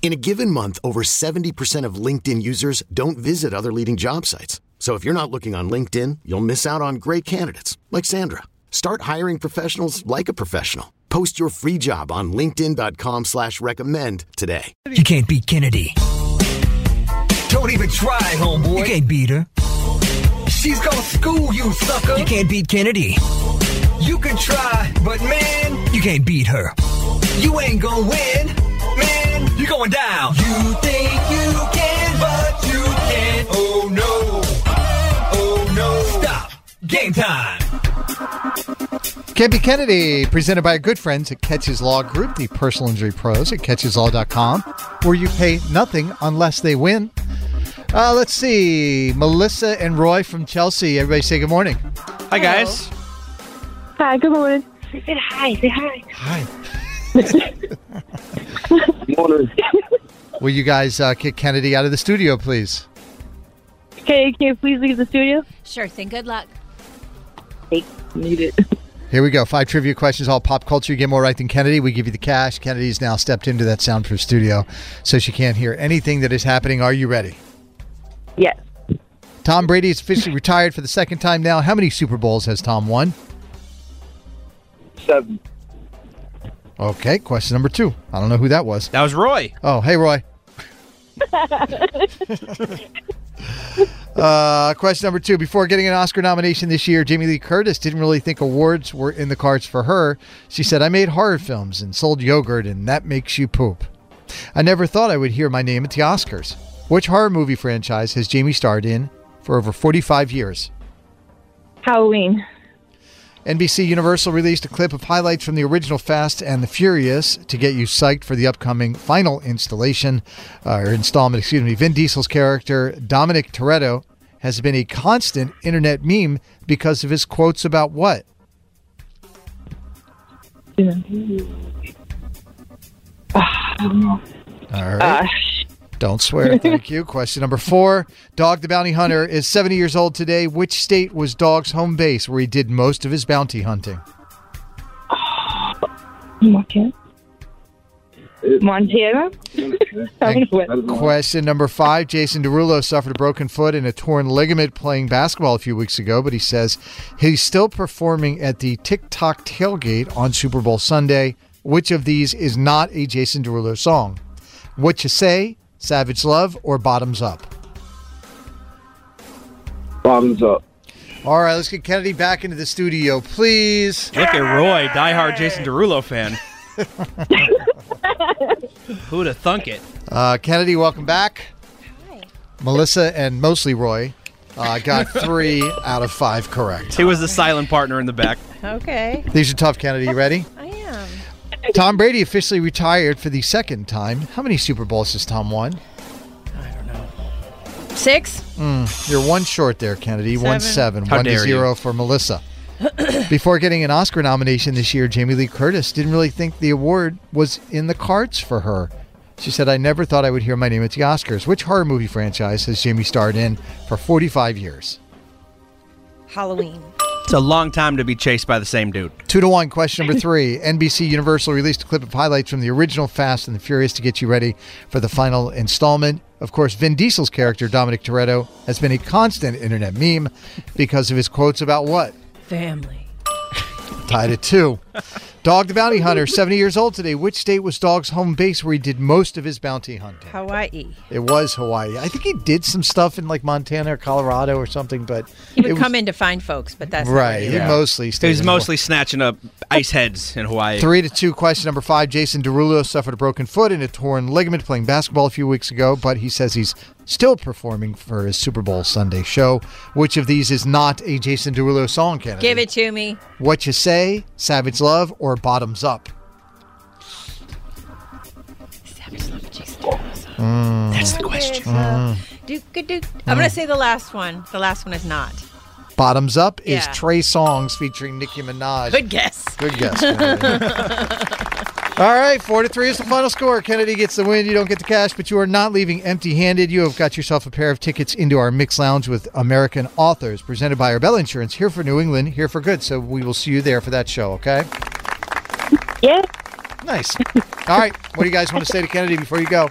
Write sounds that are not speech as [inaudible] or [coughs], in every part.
In a given month, over 70% of LinkedIn users don't visit other leading job sites. So if you're not looking on LinkedIn, you'll miss out on great candidates like Sandra. Start hiring professionals like a professional. Post your free job on linkedin.com slash recommend today. You can't beat Kennedy. Don't even try, You homeboy. can't beat her. She's gonna school you, sucker. You can't beat Kennedy. You can try, but man, You can't beat her. you ain't gonna win. Man, you're going down. You think you can, but you can't. Oh no. Oh no. Stop. Game time. KB Kennedy, presented by our good friends at Catches Law Group, the personal injury pros at catcheslaw.com, where you pay nothing unless they win. Uh, let's see, Melissa and Roy from Chelsea. Everybody say good morning. Hi guys. Hi, good morning. Hi. Morning. Will you guys uh, kick Kennedy out of the studio, please? Okay, can you please leave the studio? Sure thing. Good luck. Need it. Here we go. Five trivia questions, all pop culture. You get more right than Kennedy. We give you the cash. Kennedy's now stepped into that soundproof studio, so she can't hear anything that is happening. Are you ready? Yes. Tom Brady is officially retired for the second time now. How many Super Bowls has Tom won? Seven. Okay, question number two. I don't know who that was. That was Roy. Oh, hey, Roy. uh, question number two. Before getting an Oscar nomination this year, Jamie Lee Curtis didn't really think awards were in the cards for her. She said, I made horror films and sold yogurt, and that makes you poop. I never thought I would hear my name at the Oscars. Which horror movie franchise has Jamie starred in for over 45 years? Halloween. NBC Universal released a clip of highlights from the original Fast and the Furious to get you psyched for the upcoming final installation uh, or installment. Excuse me. Vin Diesel's character Dominic Toretto has been a constant internet meme because of his quotes about what? All right. Don't swear. [laughs] Thank you. Question number four. Dog the Bounty Hunter is 70 years old today. Which state was Dog's home base where he did most of his bounty hunting? Montana. Montana? I don't know what- Question number five. Jason Derulo suffered a broken foot and a torn ligament playing basketball a few weeks ago, but he says he's still performing at the TikTok tailgate on Super Bowl Sunday. Which of these is not a Jason Derulo song? What You Say, Savage Love, or Bottoms Up? Bottoms up. All right, let's get Kennedy back into the studio, please. Look at Roy, diehard Jason Derulo fan. Who'd have thunk it? Uh, Kennedy, welcome back. Melissa and mostly Roy uh, got three out of five correct. He was the silent partner in the back. Okay. These are tough, Kennedy. You ready? I am. Tom Brady officially retired for the second time. How many Super Bowls has Tom won? Six. Hmm, You're one short there, Kennedy. One seven. How one to dare you. zero for [coughs] Melissa. Before getting an Oscar nomination this year, Jamie Lee Curtis didn't really think the award was in the cards for her. She said, I never thought I would hear my name at the Oscars. Which horror movie franchise has Jamie starred in for 45 years? Halloween. It's a long time to be chased by the same dude. Two to one. Question [laughs] number three. NBC Universal released a clip of highlights from the original Fast and the Furious to get you ready for the final installment. Of course, Vin Diesel's character, Dominic Toretto, has been a constant internet meme because of his quotes about what? Family. [laughs] Tied at two. Dog the Bounty Hunter, 70 years old today. Which state was Dog's home base where he did most of his bounty hunting? Hawaii. It was Hawaii. I think he did some stuff in like Montana or Colorado or something, but He would it was- come in to find folks, but that's not what right. he He did. mostly He stayed. was in Hawaii. mostly snatching up ice heads in Hawaii. Three to two. Question number five. Jason Derulo suffered a broken foot and a torn ligament playing basketball a few weeks ago, but he says he's still performing for his Super Bowl Sunday show. Which of these is not a Jason Derulo song candidate? Give it to me. What You Say, Savage Love, or Bottoms Up? Mm. That's the question. Mm-hmm. I'm going to say the last one. The last one is not. Bottoms Up is Yeah. Trey Songs featuring Nicki Minaj. Good guess. Good guess. [laughs] All right, four to three is the final score. Kennedy gets the win. You don't get the cash, but you are not leaving empty-handed. You have got yourself a pair of tickets into our mix lounge with American authors, presented by Arbella Insurance. Here for New England, here for good. So we will see you there for that show. Okay. Yeah. Nice. All right. What do you guys want to say to Kennedy before you go?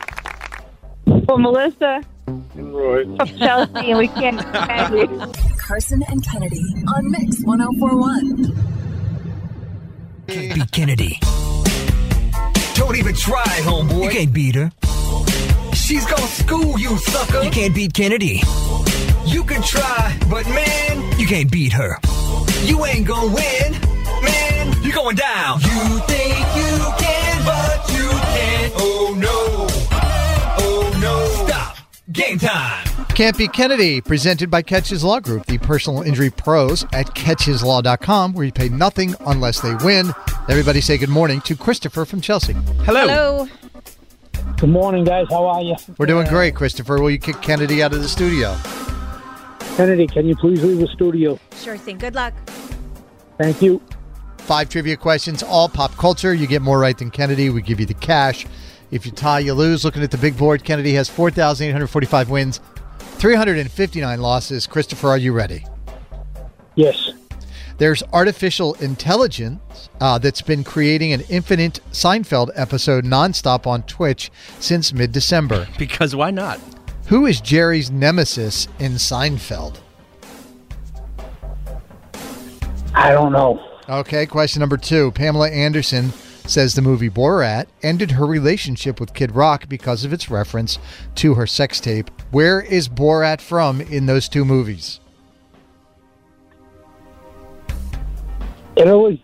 Well, Melissa And Roy. from Chelsea, and we can't stand you. Carson and Kennedy on Mix 1041. Beat Kennedy. Don't even try, You homeboy. can't beat her. She's gonna school you, sucker. You can't beat Kennedy. You can try, but man, You can't beat her. you ain't gonna win. Man, you're going down. You think you can, but you can't. Oh no. Oh no. Stop. Game time. Can't be Kennedy, presented by Catches Law Group, the personal injury pros at catcheslaw.com, where you pay nothing unless they win. Everybody say good morning to Christopher from Chelsea. Hello. Hello. Good morning, guys. How are you? We're doing great, Christopher. Will you kick Kennedy out of the studio? Kennedy, can you please leave the studio? Sure thing. Good luck. Thank you. Five trivia questions, all pop culture. You get more right than Kennedy. We give you the cash. If you tie, you lose. Looking at the big board, Kennedy has 4,845 wins, 359 losses. Christopher, are you ready? Yes. There's artificial intelligence uh, that's been creating an infinite Seinfeld episode nonstop on Twitch since mid December. Because why not? Who is Jerry's nemesis in Seinfeld? I don't know. Okay, question number two. Pamela Anderson says the movie Borat ended her relationship with Kid Rock because of its reference to her sex tape. Where is Borat from in those two movies? Italy.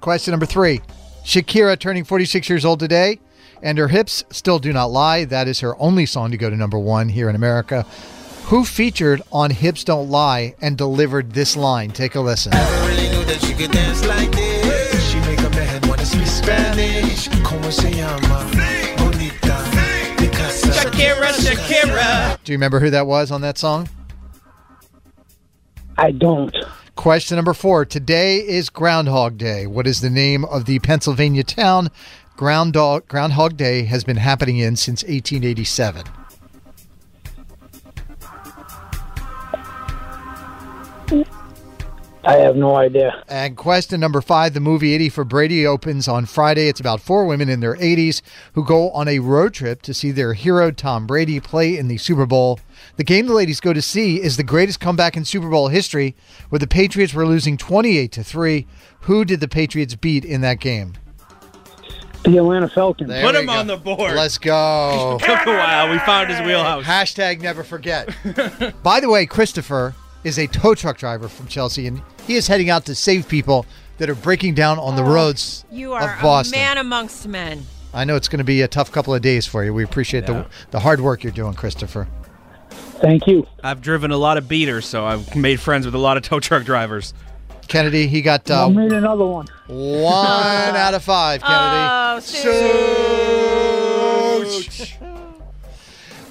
Question number three. Shakira turning 46 years old today, and her hips still do not lie. That is her only song to go to number one here in America. Who featured on Hips Don't Lie and delivered this line? Take a listen. Shakira, [laughs] Shakira. Do you remember who that was on that song? I don't. Question number four. Today is Groundhog Day. What is the name of the Pennsylvania town Groundhog, Groundhog Day has been happening in since 1887? I have no idea. And question number five. The movie 80 for Brady opens on Friday. It's about four women in their 80s who go on a road trip to see their hero Tom Brady play in the Super Bowl. The game the ladies go to see is the greatest comeback in Super Bowl history, where the Patriots were losing 28 to 3. Who did the Patriots beat in that game? The Atlanta Falcons. There Put we him go. on the board. Let's [laughs] go. Took a while. We found his wheelhouse. Hashtag never forget. By the way, Christopher is a tow truck driver from Chelsea, and he is heading out to save people that are breaking down on the roads You are of Boston. a man amongst men. I know it's going to be a tough couple of days for you. We appreciate the, the hard work you're doing, Christopher. Thank you. I've driven a lot of beaters, so I've made friends with a lot of tow truck drivers. Kennedy, he got uh, I'll need another one. one out of five, Oh, Kennedy. Sooch.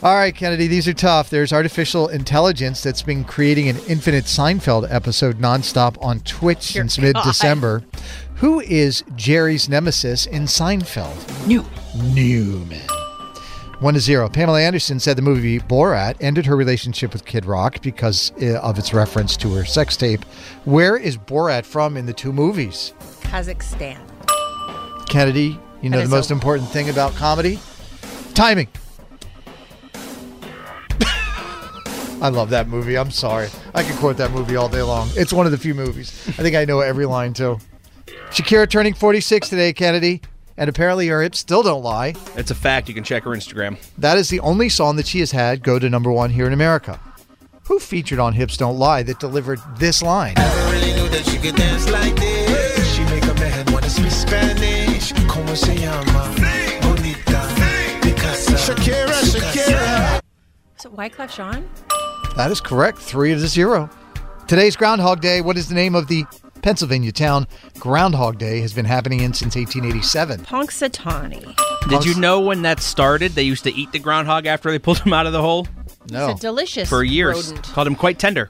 All right, Kennedy, these are tough. There's artificial intelligence that's been creating an infinite Seinfeld episode nonstop on Twitch since mid December. Who is Jerry's nemesis in Seinfeld? Newman. One to zero. Pamela Anderson said the movie Borat ended her relationship with Kid Rock because uh, of its reference to her sex tape. Where is Borat from in the two movies? Kazakhstan. Kennedy, you know That the is most a- important thing about comedy? Timing. I love that movie. I'm sorry. I could quote that movie all day long. It's one of the few movies. I think I know every line too. Shakira turning 46 today, Kennedy, and apparently her hips still don't lie. It's a fact. You can check her Instagram. That is the only song that she has had go to number one here in America. Who featured on Hips Don't Lie that delivered this line? really knew that you could dance like this. She make a man wanna speak Spanish. Como se llama? Bonita. Picasa. Shakira, Shakira. Is it Wyclef Jean? That is correct. Three to zero. Today's Groundhog Day. What is the name of the Pennsylvania town? Groundhog Day has been happening in since 1887. Punxsutawney. Did you know when that started, they used to eat the groundhog after they pulled him out of the hole? No. It's a delicious For years. rodent. Called him quite tender.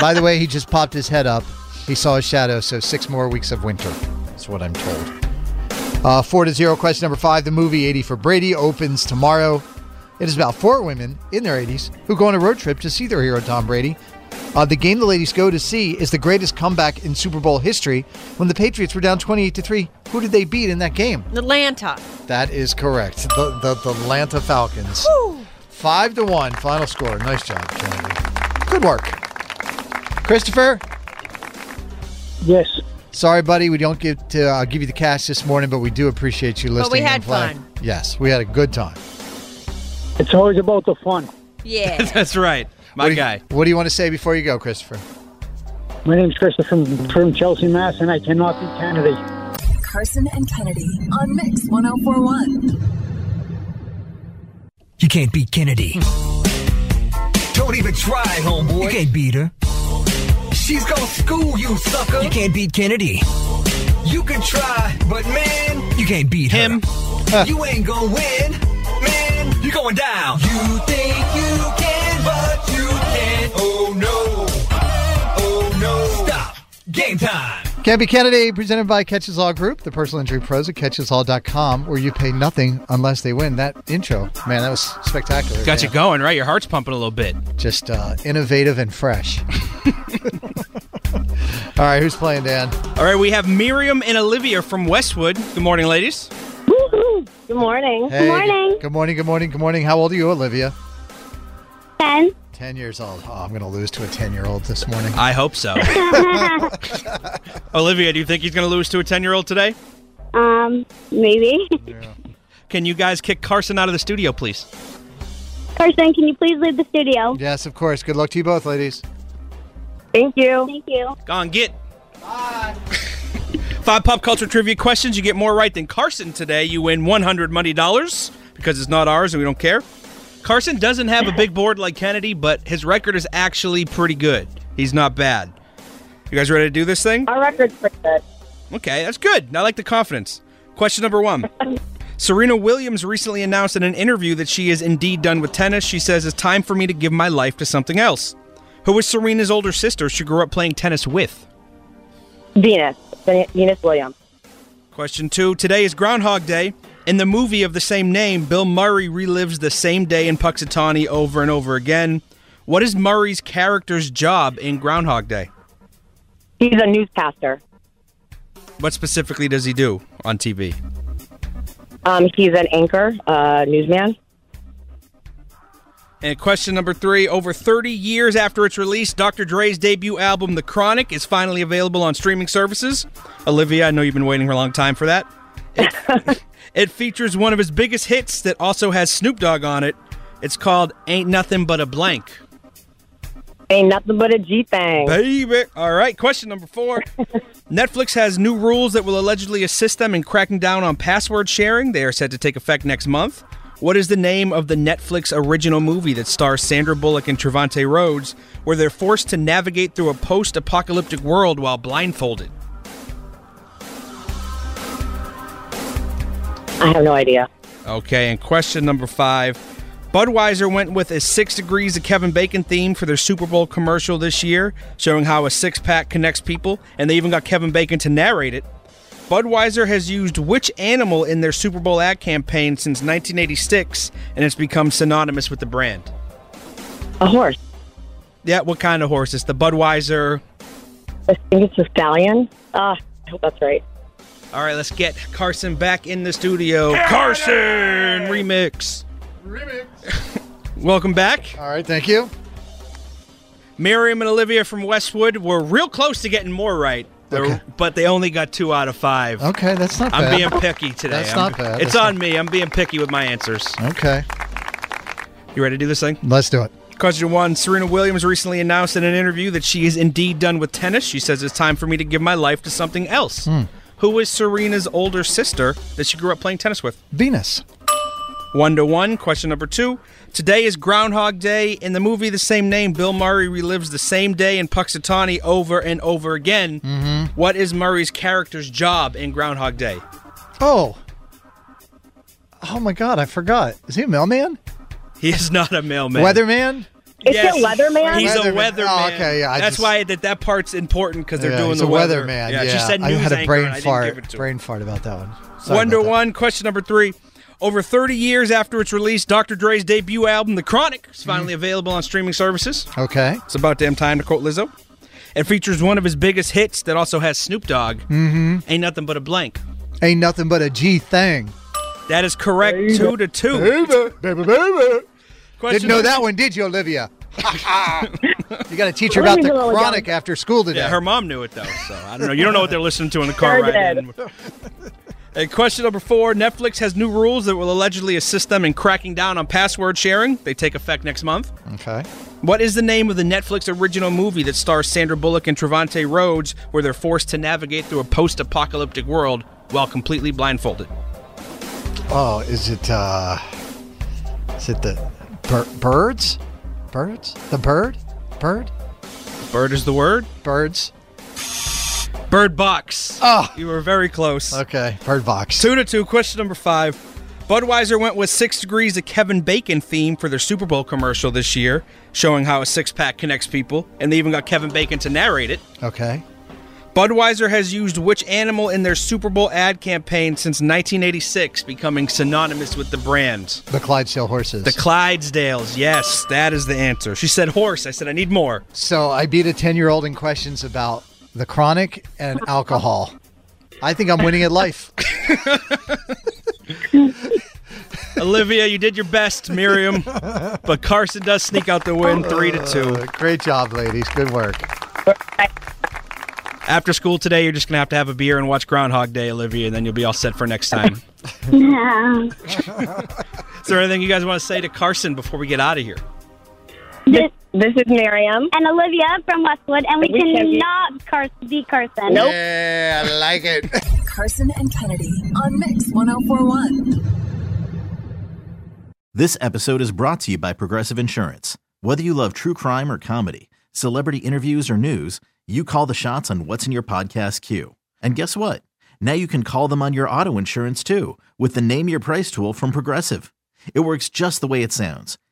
By the way, he just popped his head up. He saw his shadow, so six more weeks of winter. That's what I'm told. Uh, four to zero. Question number five. The movie 80 for Brady opens tomorrow. It is about four women in their 80s who go on a road trip to see their hero, Tom Brady. Uh, the game the ladies go to see is the greatest comeback in Super Bowl history when the Patriots were down 28 to 3. Who did they beat in that game? Atlanta. That is correct. The, the, the Atlanta Falcons. Five to one, final score. Nice job, Kennedy. Good work. Christopher? Yes. Sorry, buddy, we don't get to uh, give you the cash this morning, but we do appreciate you But listening. we had and playing. fun. Yes, we had a good time. It's always about the fun. Yeah. [laughs] That's right. My guy. What do you want to say before you go, Christopher? My name's Christopher from, from Chelsea, Mass, and I cannot be Kennedy. Carson and Kennedy on Mix 1041. You can't beat Kennedy. Don't even try, homeboy. You can't beat her. She's gonna school you, sucker. You can't beat Kennedy. You can try, but man, You can't beat him. you ain't gonna win. Man, you're going down. You think you can, but you can't. Oh no. Oh no. Stop. Game time. Can't be Kennedy, presented by Catches Law Group, the personal injury pros at catcheslaw.com, where you pay nothing unless they win. That intro, man, that was spectacular. Got you man. going, right? Your heart's pumping a little bit. Just uh, innovative and fresh. [laughs] All right, who's playing, Dan? All right, we have Miriam and Olivia from Westwood. Good morning, ladies. Woohoo! Good morning. Hey, Good morning, good morning, good morning. How old are you, Olivia? 10. 10 years old. Oh, I'm going to lose to a 10 year old this morning. I hope so. Olivia, do you think he's going to lose to a 10 year old today? Um, maybe. Can you guys kick Carson out of the studio, please? Carson, can you please leave the studio? Yes, of course. Good luck to you both, ladies. Thank you. Thank you. Gone, get. Five pop culture trivia questions. You get more right than Carson today. You win 100 money dollars because it's not ours and we don't care. Carson doesn't have a big board like Kennedy, but his record is actually pretty good. He's not bad. You guys ready to do this thing? Our record's pretty good. Okay, that's good. I like the confidence. Question number [laughs] one. Serena Williams recently announced in an interview that she is indeed done with tennis. She says, It's time for me to give my life to something else. Who is Serena's older sister she grew up playing tennis with? Venus. Ven- Venus Williams. Question two. Today is Groundhog Day. In the movie of the same name, Bill Murray relives the same day in Puxatawny over and over again. What is Murray's character's job in Groundhog Day? He's a newscaster. What specifically does he do on TV? Um, he's an anchor, uh, newsman. And question number three Over 30 years after its release, Dr. Dre's debut album, The Chronic, is finally available on streaming services. Olivia, I know you've been waiting for a long time for that. It, it features one of his biggest hits that also has Snoop Dogg on it. It's called Ain't Nothing But a Blank. Ain't nothing but a G thing. Baby. All right, question number four. Netflix has new rules that will allegedly assist them in cracking down on password sharing. They are set to take effect next month. What is the name of the Netflix original movie that stars Sandra Bullock and Trevante Rhodes, where they're forced to navigate through a post apocalyptic world while blindfolded? I have no idea. Okay, and question number five. Budweiser went with a Six Degrees of Kevin Bacon theme for their Super Bowl commercial this year, showing how a six pack connects people, and they even got Kevin Bacon to narrate it. Budweiser has used which animal in their Super Bowl ad campaign since 1986, and it's become synonymous with the brand. A horse. Yeah, what kind of horse? It's the Budweiser. I think it's a stallion. Ah, I hope that's right. All right, let's get Carson back in the studio. Carson remix. Remix. [laughs] Welcome back. All right, thank you. Miriam and Olivia from Westwood were real close to getting more right. They're- But they only got two out of five. Okay, that's not I'm bad. being picky today. That's I'm- not bad. It's That's on me. I'm being picky with my answers. Okay. You ready to do this thing? Let's do it. Question one Serena Williams recently announced in an interview that she is indeed done with tennis. She says it's time for me to give my life to something else. Hmm. Who is Serena's older sister that she grew up playing tennis with? Venus. One to one. Question number two. Today is Groundhog Day. In the movie The Same Name, Bill Murray relives the same day in Puxatawny over and over again. Mhm. What is Murray's character's job in Groundhog Day? Oh. Oh my God, I forgot. Is he a mailman? He is not a mailman. Weatherman? Is he a weatherman? He's a Weatherman. weatherman. Oh, okay, yeah, I That's just- why that, that part's important because they're Yeah, doing he's the a weather. weatherman. Yeah, she said news I had a anchor brain and I didn't fart. give it to brain fart about that one. Sorry Wonder One, question number three. Over 30 years after its release, Dr. Dre's debut album, The Chronic, is finally Mm-hmm. available on streaming services. Okay. It's about damn time to quote Lizzo. It features one of his biggest hits that also has Snoop Dogg. Mm-hmm. Ain't nothing but a blank. Ain't nothing but a G thing. That is correct. Two to two. Baby, baby, baby. Question Didn't know number- that one, did you, Olivia? you got to teach her about the chronic after school today. Yeah, her mom knew it though, so I don't know. You don't know what they're listening to [laughs] in the car Sure ride. did. In. Uh, question number four: Netflix has new rules that will allegedly assist them in cracking down on password sharing. They take effect next month. Okay. What is the name of the Netflix original movie that stars Sandra Bullock and Trevante Rhodes, where they're forced to navigate through a post-apocalyptic world while completely blindfolded? Oh, is it uh is it the bir- birds? Birds? The bird? Bird? Bird is the word. Birds. Bird Box. Oh. You were very close. Okay. Bird Box. Two to two. Question number five. Budweiser went with six degrees of Kevin Bacon theme for their Super Bowl commercial this year, showing how a six pack connects people, and they even got Kevin Bacon to narrate it. Okay. Budweiser has used which animal in their Super Bowl ad campaign since 1986, becoming synonymous with the brand? The Clydesdale horses. The Clydesdales. Yes, that is the answer. She said horse. I said I need more. so I beat a 10-year-old in questions about the chronic and alcohol. I think I'm winning at life. Olivia, you did your best, Miriam, but Carson does sneak out the win, three to two. Great job, ladies. Good work. After school today, you're just gonna have to have a beer and watch Groundhog Day, Olivia, and then you'll be all set for next time. Is there anything you guys want to say to Carson before we get out of here? This, this is Miriam and Olivia from Westwood, and we cannot Carson, be Carson. Nope. Yeah, I like it. Carson and Kennedy on Mix 1041. This episode is brought to you by Progressive Insurance. Whether you love true crime or comedy, celebrity interviews or news, you call the shots on what's in your podcast queue. And guess what? Now you can call them on your auto insurance too with the Name Your Price tool from Progressive. It works just the way it sounds.